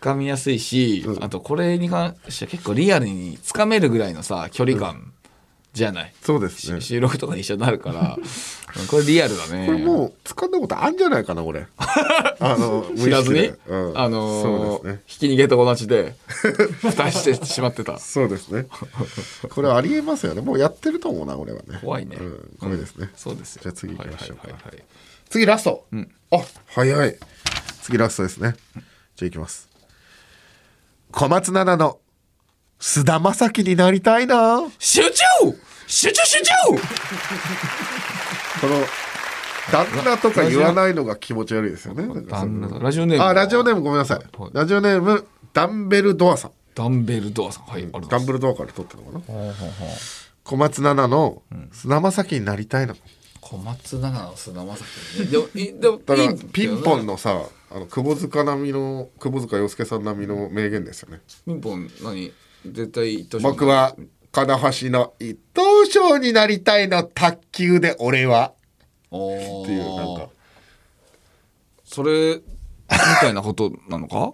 掴みやすいし、あとこれに関しては結構リアルに掴めるぐらいのさ距離感じゃない、
そうですね
し収録とか一緒になるからうんこれリアルだね
これもう掴んだことあんじゃないかな俺 あの
知らず
無意
に
識、でうん
あのー
そうですね
ひき逃げと同じで蓋してしまってた
そうですね これありえますよねもうやってると思うな俺はね
怖いね
うん、怖いですね、
そうですよ
じゃあ次行きましょうか
はいはいはいはい
次ラスト、あ早い次ラストですねじゃあいきます小松菜奈の菅田将暉になりたいな
集中集中集中
この旦那とか言わないのが気持ち悪いですよね。なんかその
旦那ラジオネーム
あ、ラジオネームごめんなさい
はい。
ラジオネームダンベルドアさん。
ダンベルドアさんはい、ありがと
ダ
う
ン
ござい
ベルドアから取ったのかな。小松菜奈の砂まさきになりたいの。
小松菜奈の菅田将暉ねでも いでも
だか
い
ら
い
ピンポンのさあの窪塚並みの窪塚洋介さん並みの名言ですよね
ピンポン何絶対言ってほしい
僕は金橋の一等賞になりたいの卓球で俺は
おー
っていうなんか
それみたいなことなのか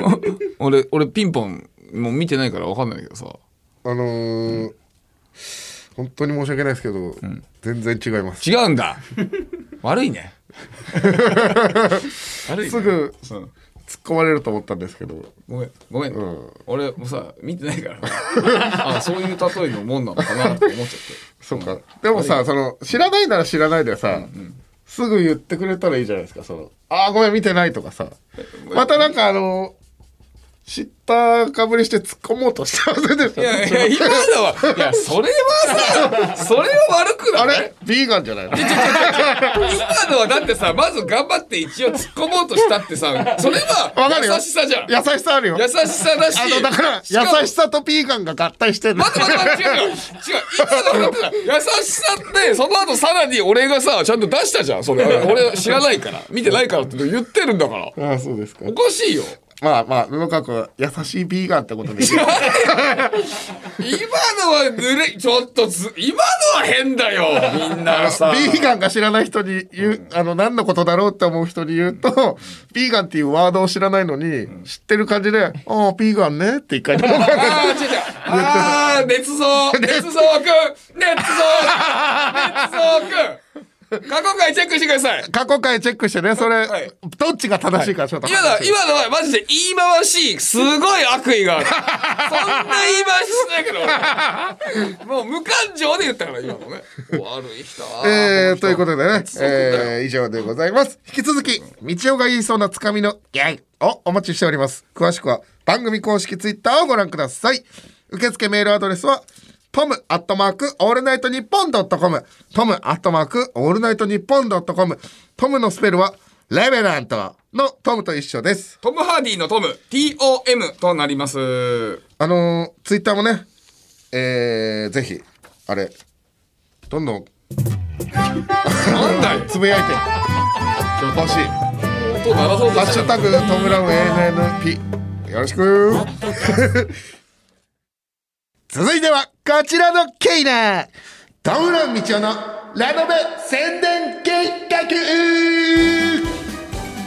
俺俺ピンポンもう見てないから分かんないけどさ
あのー本当に申し訳ないですけど、全然違います
違うんだ悪 いね悪いね
すぐ
うん
突っ込まれると思ったんですけど
ごめんごめん、
ん
俺もさ見てないから あそういう例えのもんなのかなって思っちゃって
そうか、でもさその知らないなら知らないでさ、すぐ言ってくれたらいいじゃないですかその「ああごめん見てない」とかさまたなんかあの知ったかぶりして突っ込もうとした忘れて
いやい
た
や今のはいやそれはさそれは悪くない
あれビーガンじゃないの
今のはだってさまず頑張って一応突っ込もうとしたってさそれは
わかるよ
優しさじゃん優
優しさあるよ
しさだし
あのだから
しかも
優しさとピーガンが合体してんの
待って待って待って違 う違う違ういつの話だ優しさってその後さらに俺がさちゃんと出したじゃんそれ俺知らないから見てないからって言ってるんだから
ああそうですか
おかしいよ
まあまあ布川君は優しいビーガンってことでいい
今のはぬれちょっとず今のは変だよみんなさ
ビーガンが知らない人に言う、あの、何のことだろうって思う人に言うと、ビーガンっていうワードを知らないのに、知ってる感じで、ああ、ビーガンねって一回言っても らう
あー違う違うあー、熱造、熱造くん、熱造、熱造くん。過去回チェックしてください。
過去回チェックしてね、それ、
はい
どっちが正しいかちょっと話
今
して、
のは、今のはマジで言い回し、すごい悪意がある。そんな言い回ししないけど、もう無感情で言ったから、今のね。悪い人は。
えー、ということでね、
そうだよ
えー、以上でございます。引き続き、道ちが言いそうなつかみのギャイをお待ちしております。詳しくは番組公式ツイッターをご覧ください。受付メールアドレスは、トムアットマークオールナイトニッポンドットコム。トムアットマークオールナイトニッポンドットコム。トムのスペルは、レベラントのトムと一緒です。
トム・ハーディのトム、TOM となります。
あのー、ツイッターもね、えー、ぜひ、あれ、どんどん
なんだよ。
つぶやいて、欲しい。
音鳴らそうと
ハッ
し
シ
た
ュタグトムラム ANNP よろしく 続いてはこちらのケイナートムラム道夫のラノベ宣伝計画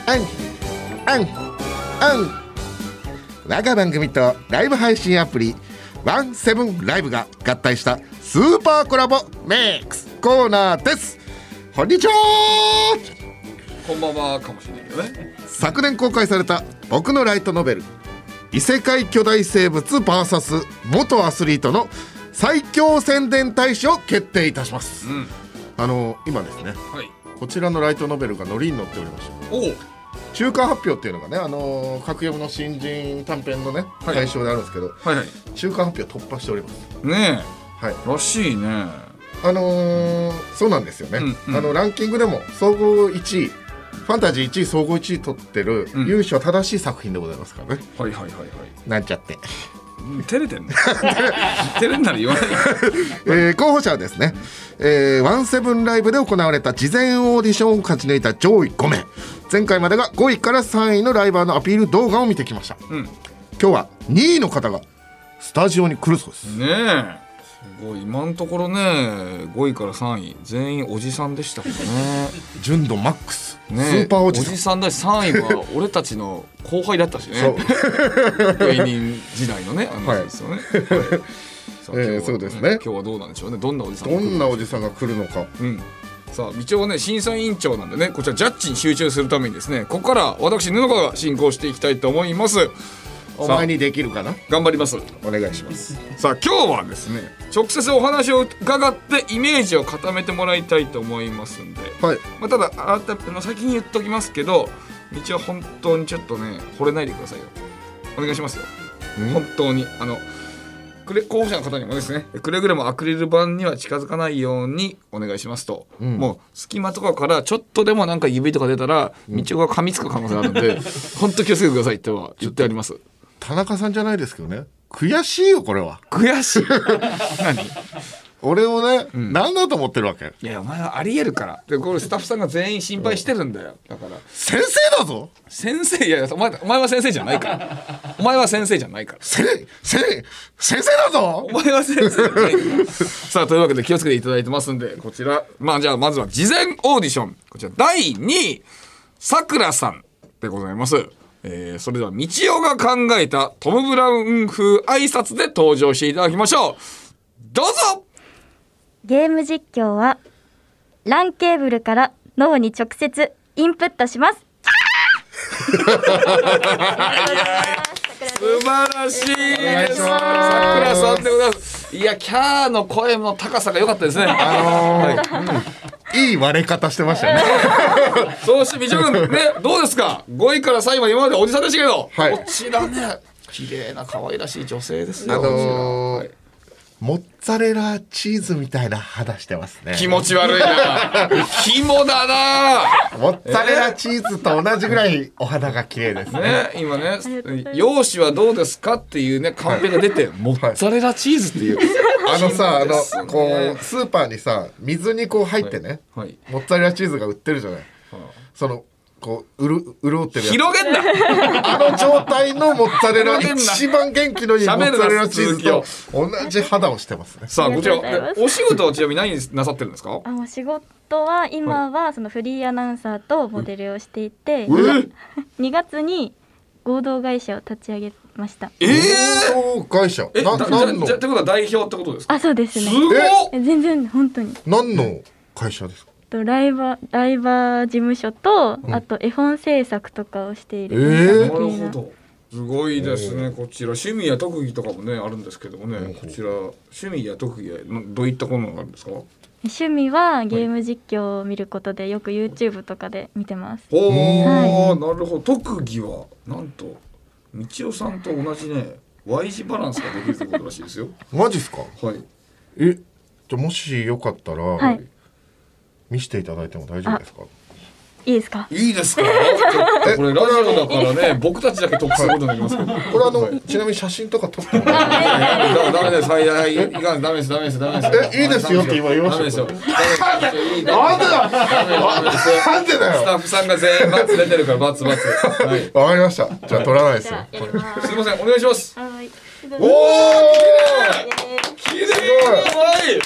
あんあんあん我が番組とライブ配信アプリワンセブンライブが合体したスーパーコラボメイクスコーナーですこんにちは
こんばんはかもしれないけどね。
昨年公開された僕のライトノベル「異世界巨大生物 VS 元アスリート」の最強宣伝大使を決定いたします、
ん
あの今ですね
はい。
こちらのライトノベルがノリに乗っておりまして
おう。
中間発表っていうのがねあの格読の新人短編のね
い
対象であるんですけど、
はいはい。
中間発表突破しております
ねえ。
はい
らしいね。
あのーそうなんですよね、
うんうん
あのランキングでも総合1位ファンタジー1位総合1位取ってる
ん
由緒正しい作品でございますからね、
はいはいはいはい。
なんちゃって
うん照れてんの。 照れんなら言わない。
えー候補者はですね、えー、ワンセブンライブで行われた事前オーディションを勝ち抜いた上位5名前回までが5位から3位のライバーのアピール動画を見てきました、
ん
今日は2位の方がスタジオに来るそうです
ねえ。すごい今のところね5位から3位全員おじさんでしたからね
純度マックス、
ね
スーパーおじ
お
さん
じさんだし3位は俺たちの後輩だったしね
そう
芸人時代のねあの
はい
人 ですよね、さあ
ええ
今日は
そうですね
今日はどうなんでしょうねどんなおじさんが
ど
来る
んなおじさんが来るのか
うん、さあ道夫ね審査委員長なんでねこちらジャッジに集中するためにですねここから私布川が進行していきたいと思います
お前にできるかな
頑張ります
お願いします
さあ今日はですね直接お話を伺ってイメージを固めてもらいたいと思いますんで、
はい
まあ、ただあたあの先に言っときますけど道は本当にちょっとね惚れないでくださいよお願いしますよ本当にあのくれ候補者の方にもですねくれぐれもアクリル板には近づかないようにお願いしますと、もう隙間とかからちょっとでもなんか指とか出たら道が噛みつく可能性があるん で、本当気をつけてくださいとは言ってあります
田中さんじゃないですけどね悔しいよこれは
悔しい何
俺をね、何だと思ってるわけ
いやお前はありえるからでこれスタッフさんが全員心配してるんだよだから
先生だぞ
先生いやいやお前お前は先生じゃないからお前は先生じゃないから
せせ先生だぞ
お前は先生じゃないから さあというわけで気をつけていただいてますんでこちらまあじゃあまずは事前オーディションこちら第2位さくらさんでございますえーそれではみちおが考えたトム・ブラウン風挨拶で登場していただきましょうどうぞ
ゲーム実況は、ランケーブルから脳に直接インプットします。
素晴らしいです。さくらさんでございます。いや、キャーの声の高さが良かったですね。
いい割れ方してましたね
そうして、みちおくん、ね、どうですか ?5 位から3位は今までおじさんでしたけど、
はい
こちらね、綺麗な可愛らしい女性です
あ
よ。
のーモッツァレラチーズみたいな肌してますね
気持ち悪いな。肝だな。
モッツァレラチーズと同じぐらいお肌が綺麗ですね
ね、今ね、容姿はどうですかっていうね、カンペが出て、モッツァレラチーズっていう。
あのさあの
ですね
こうスーパーにさ水にこう入ってね、
はいはい
モッツァレラチーズが売ってるじゃない、そのこううる潤ってるやつ
広げんな
あの状態のモッツァレラ
広げんな
一番元気のいいモッ
喋るな
ツァレラチーズと同じ肌をしてますね
さあ、こちら
ありがとうございま、す
お仕事はちなみに何なさってるんですか
あの仕事は今はそのフリーアナウンサーとモデルをしていて、2月に合同会社を立ち上げました。
えー
合同会社
え、
な
だじゃあ
何の
じゃあってことは代表ってことですか。
あ、そうですね
す。ごっ
え全然本当に
何の会社ですか
とライバーライバー事務所と、あと絵本制作とかをしている、
え
なるほど。すごいですね、こちら趣味や特技とかもね、あるんですけどもね、こちら趣味や特技はなどういったものがあるんですか。
趣味はゲーム実況を見ることでよく YouTube とかで見てます。
おお、
は
なるほど、特技はなんと。道夫さんと同じね、Y 字バランスができるってことらしいですよ。
マジっすか
はい。
えじゃあもしよかったら、
はい
見せていただいても大丈夫ですか
いいですか？
いいですか。ちょっとこれラジオだからね、僕たちだけ得することになりますけど。
これあの、ちなみに写真とか撮ってもらえます
だダメです。はいはいいかんダメですダメですダメです。
えいいですよって今言いました
ダメですよ。ダメですよいいダメ
なんで
ですよ
だなんでだ
ス
よ
タッフさんが全員バツ出てるからバツバツ。はい。
わかりましたじゃあ撮らないですよ
やります
いませんお願いします。
はい。
おお綺麗。綺麗。すごい。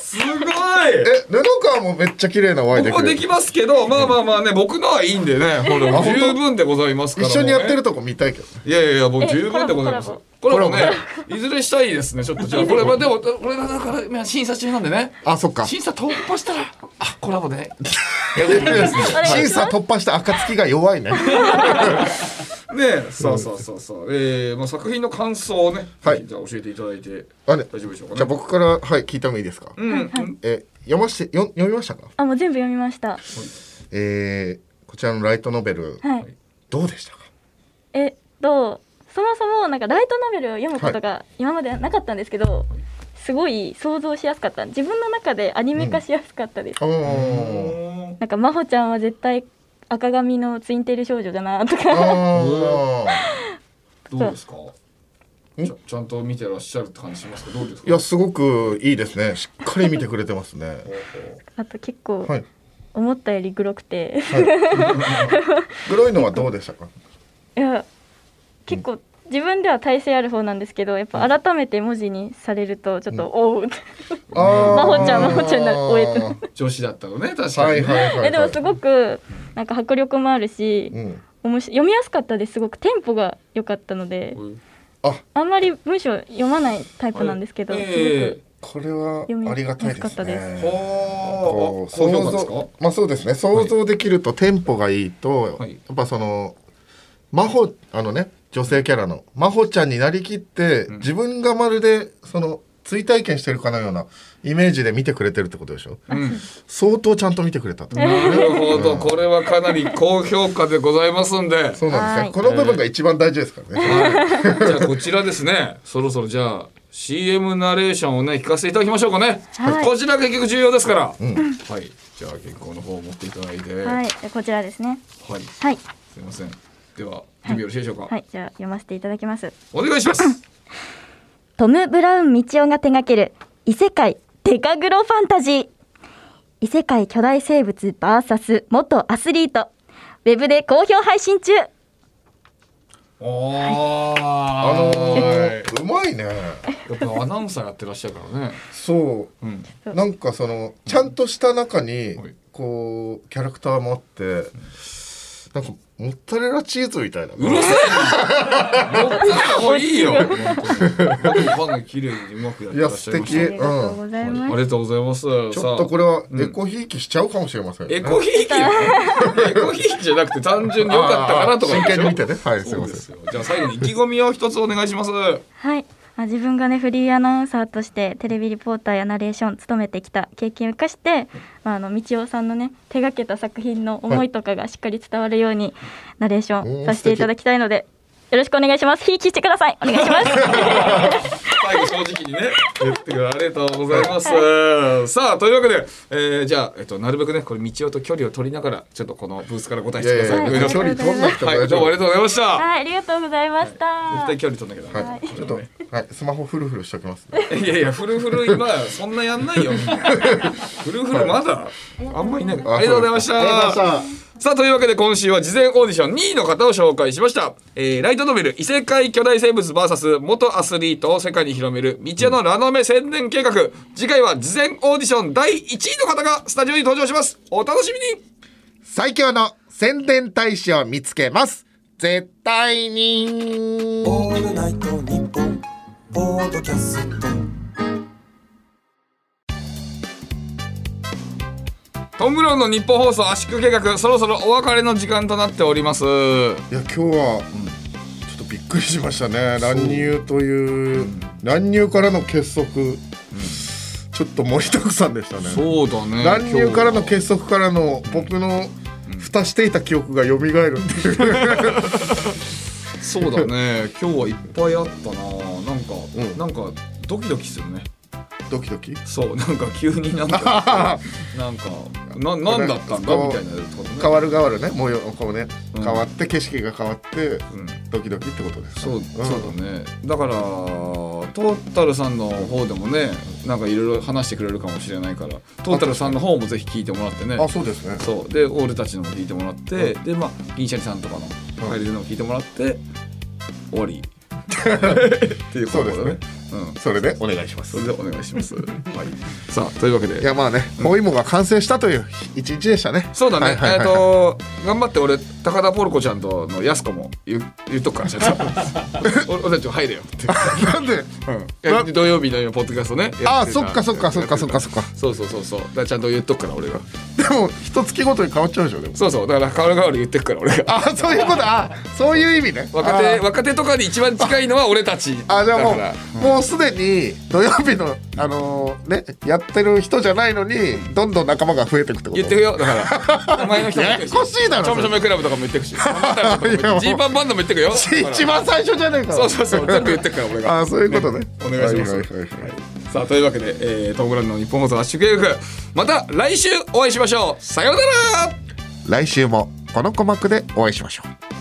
すご
え布川もめっちゃ綺麗なワイ
い。
で
ここで
き
き
る
ますけど、まあまあまあね、僕のはいいんでね、ほら、
本当
十分でございますから。
一緒にやって
もうね
るとこ見たいけどね
いやいやいや、もう十分でございます
え。
これも
コ
ね、いずれしたいですね、ちょっと。じゃあ、これ、まあでも、これだから、まあ審査中なんでね。
あそっか
審査突破したら、あ、コラボでね。
審査突破した暁が弱いね
ねえ、そうそうそうそう。えー、まあ作品の感想をね、
はい
ぜひじゃあ教えていただいて、
あれ
大丈夫でしょうかね。
じゃあ僕からはい聞いてもいいですか、
うん、うん、
え読ましてよ読みましたか
あ、もう全部読みました。
えー、こちらのライトノベル、
はい。
どうでしたか
えっとそもそもなんかライトノベルを読むことが今までなかったんですけど、すごい想像しやすかった自分の中でアニメ化しやすかったです、
おー
なんか真帆ちゃんは絶対赤髪のツインテール少女だなとか
あ
どうですかちゃちゃんと見てらっしゃるって感じしますかどうで
ー
す
い
か
やすごくいいですねしっかり見てくれてますね
あと結構
はい
思ったよりグロくて、
黒いのはどうでしたか
い、や結構自分では耐性ある方なんですけどやっぱ改めて文字にされるとちょっと、おうって
真
真帆ちゃん真帆ちゃんになる終えてます
女子だったのね、確か
は
に
い
ね。
はいはい、はい、
えでもすごくなんか迫力もあるし、
うん
おもし読みやすかったですすごくテンポが良かったので
うん
あ
あんまり文章読まないタイプなんですけど、す
え
これはありがたいです
読みやすか
ね
えー。は
こ
あ、
う
そう
想
評価ですか
像まあそうですね想像できるとテンポがいいと、
はい
やっぱその真帆あのね女性キャラの真帆ちゃんになりきって、自分がまるでその追体験してるかのようなイメージで見てくれてるってことでしょ、相当ちゃんと見てくれたと、
なるほど、これはかなり高評価でございますんで。
そうなんです
は
ね
い
この部分が一番大事ですからね、
じゃあこちらですねそろそろじゃあ CM ナレーションをね聞かせていただきましょうかね、
はい
こちらが結局重要ですから、はいじゃあ原稿の方を持っていただいて
ごく
は、
はいいじゃあこちらですね
す
はい
いませんでは準備よろしいでしょうか、
はいじゃあ読ませていただきます
お願いします
トム・ブラウン・道夫が手掛ける異世界デカグロファンタジー。異世界巨大生物 VS 元アスリート。ウェブで好評配信中。
あ
お
の
あ
ー、うまいね
やっぱアナウンサーやってらっしゃるからね
そう、なんかそのちゃんとした中に、
はい
こうキャラクターもあってなんかモッツァレラチーズみたいな
うるせえもういいよ本当にファンが綺麗にうまくやっ
い
て
や
らっし
素
ゃいま
敵、
した
う、
ありがとうんござい
あ
ます。
りがとうございます
ちょっとこ
れ
れはエコひいきしちゃうかもしれません、ね
エコ ひいきよエコひいきじゃなくて単純に良かったかなとか
真
でしょ
剣に見てねはいすい
そう
ま
で
せん
すよじゃあ最後に意気込みを一つお願いします
はい。あ自分がねフリーアナウンサーとしてテレビリポーターやナレーション務めてきた経験を生かして、まあ、あの道夫さんのね手がけた作品の思いとかがしっかり伝わるようにナレーションさせていただきたいのでよろしくお願いします。ひいきしてください。お願いします。
最後正直にね言ってくれありがとうございます、さあというわけで、えーじゃあ、えっと、なるべくねこれ道夫と距離を取りながらちょっとこのブースから答え
い
して
やい
ください
やいや距離取んなくても
はい
大
ど
丈
う
夫
もありがとうございました
はい、ありがとうございました。
絶対距離取んなきゃダメ
はい、ちょっと、はい、スマホフルフルしておきます、
いやいや、フルフル今、そんなやんないよ、みんな。フルフルまだ、あんまいない。ありがとうございました。さあ、というわけで今週は事前オーディション2位の方を紹介しました。えーライトノベル、異世界巨大生物 VS 元アスリートを世界に広める、道屋のラノベ宣伝計画。次回は事前オーディション第1位の方がスタジオに登場します。お楽しみに
最強の宣伝大使を見つけます絶対に
トム・ブラウンの日本放送圧縮計画、そろそろお別れの時間となっております。
いや今日はちょっとびっくりしましたね乱入という乱入からの結束、ちょっと盛りだくさんでしたね
そうだね。
乱入からの結束からの僕の蓋していた記憶が蘇るっていう
そうだね今日はいっぱいあったななんか、なんかドキドキするね
ドキドキ
そうなんか急になんかなんかななんだったんだみたいなことね
変わる変わるね模様こうね、
うん
変わって景色が変わって
うん
ドキドキってことです
そうそう
うん
だねだからトータルさんの方でもねなんかいろいろ話してくれるかもしれないからトータルさんの方もぜひ聞いてもらってね
あそうですね
そうで俺たちのも聞いてもらって、でまあ銀シャリさんとかの入れるのも聞いてもらって終わりっていうこ
そう
とだね
ですね
うん
それでお願いします
それでお願いします。はい。さあというわけ
い
で。
やまあね、お芋が完成したという一日でした ね。
そうだね。
はいはいはい
えっ、と頑張って俺高田ポルコちゃんとのやす子も言う言っとくからじゃ あ俺俺たちも入れよって。
なんで、
いや土曜日のポッドキャストね。
あ
や
あ、
てた
そっかそっかそっかそっか。そっか。
そうそうそうそう。だからちゃんと言っとくから俺が。
でも、一月ごとに変わっちゃうでしょ、でも。
そうそう。だから代わる代わる言ってくから俺が。
ああ、そういうこと、ああ、そういう意味ね。
若手若手とかに一番近いのは俺たち
ああ、じゃあも
だから
う、もうすでに土曜日の、あのーね、やってる人じゃないのに、どんどん仲間が増えていくってこと。
言ってくよだから。お前の人も言って
やや
く
こしいだろ
ちょめちょめクラブとかも言って くし。ジーパンバンドも言ってくよ。
一番最初じゃねえか。
そうそうそう。全部言ってくから俺が。
ああ、そういうことね。
お願いします
はははいはい
さあというわけで、えー、トム・ブラウンの日本放送圧縮計画また来週お会いしましょうさようなら
来週も、この鼓膜でお会いしましょう。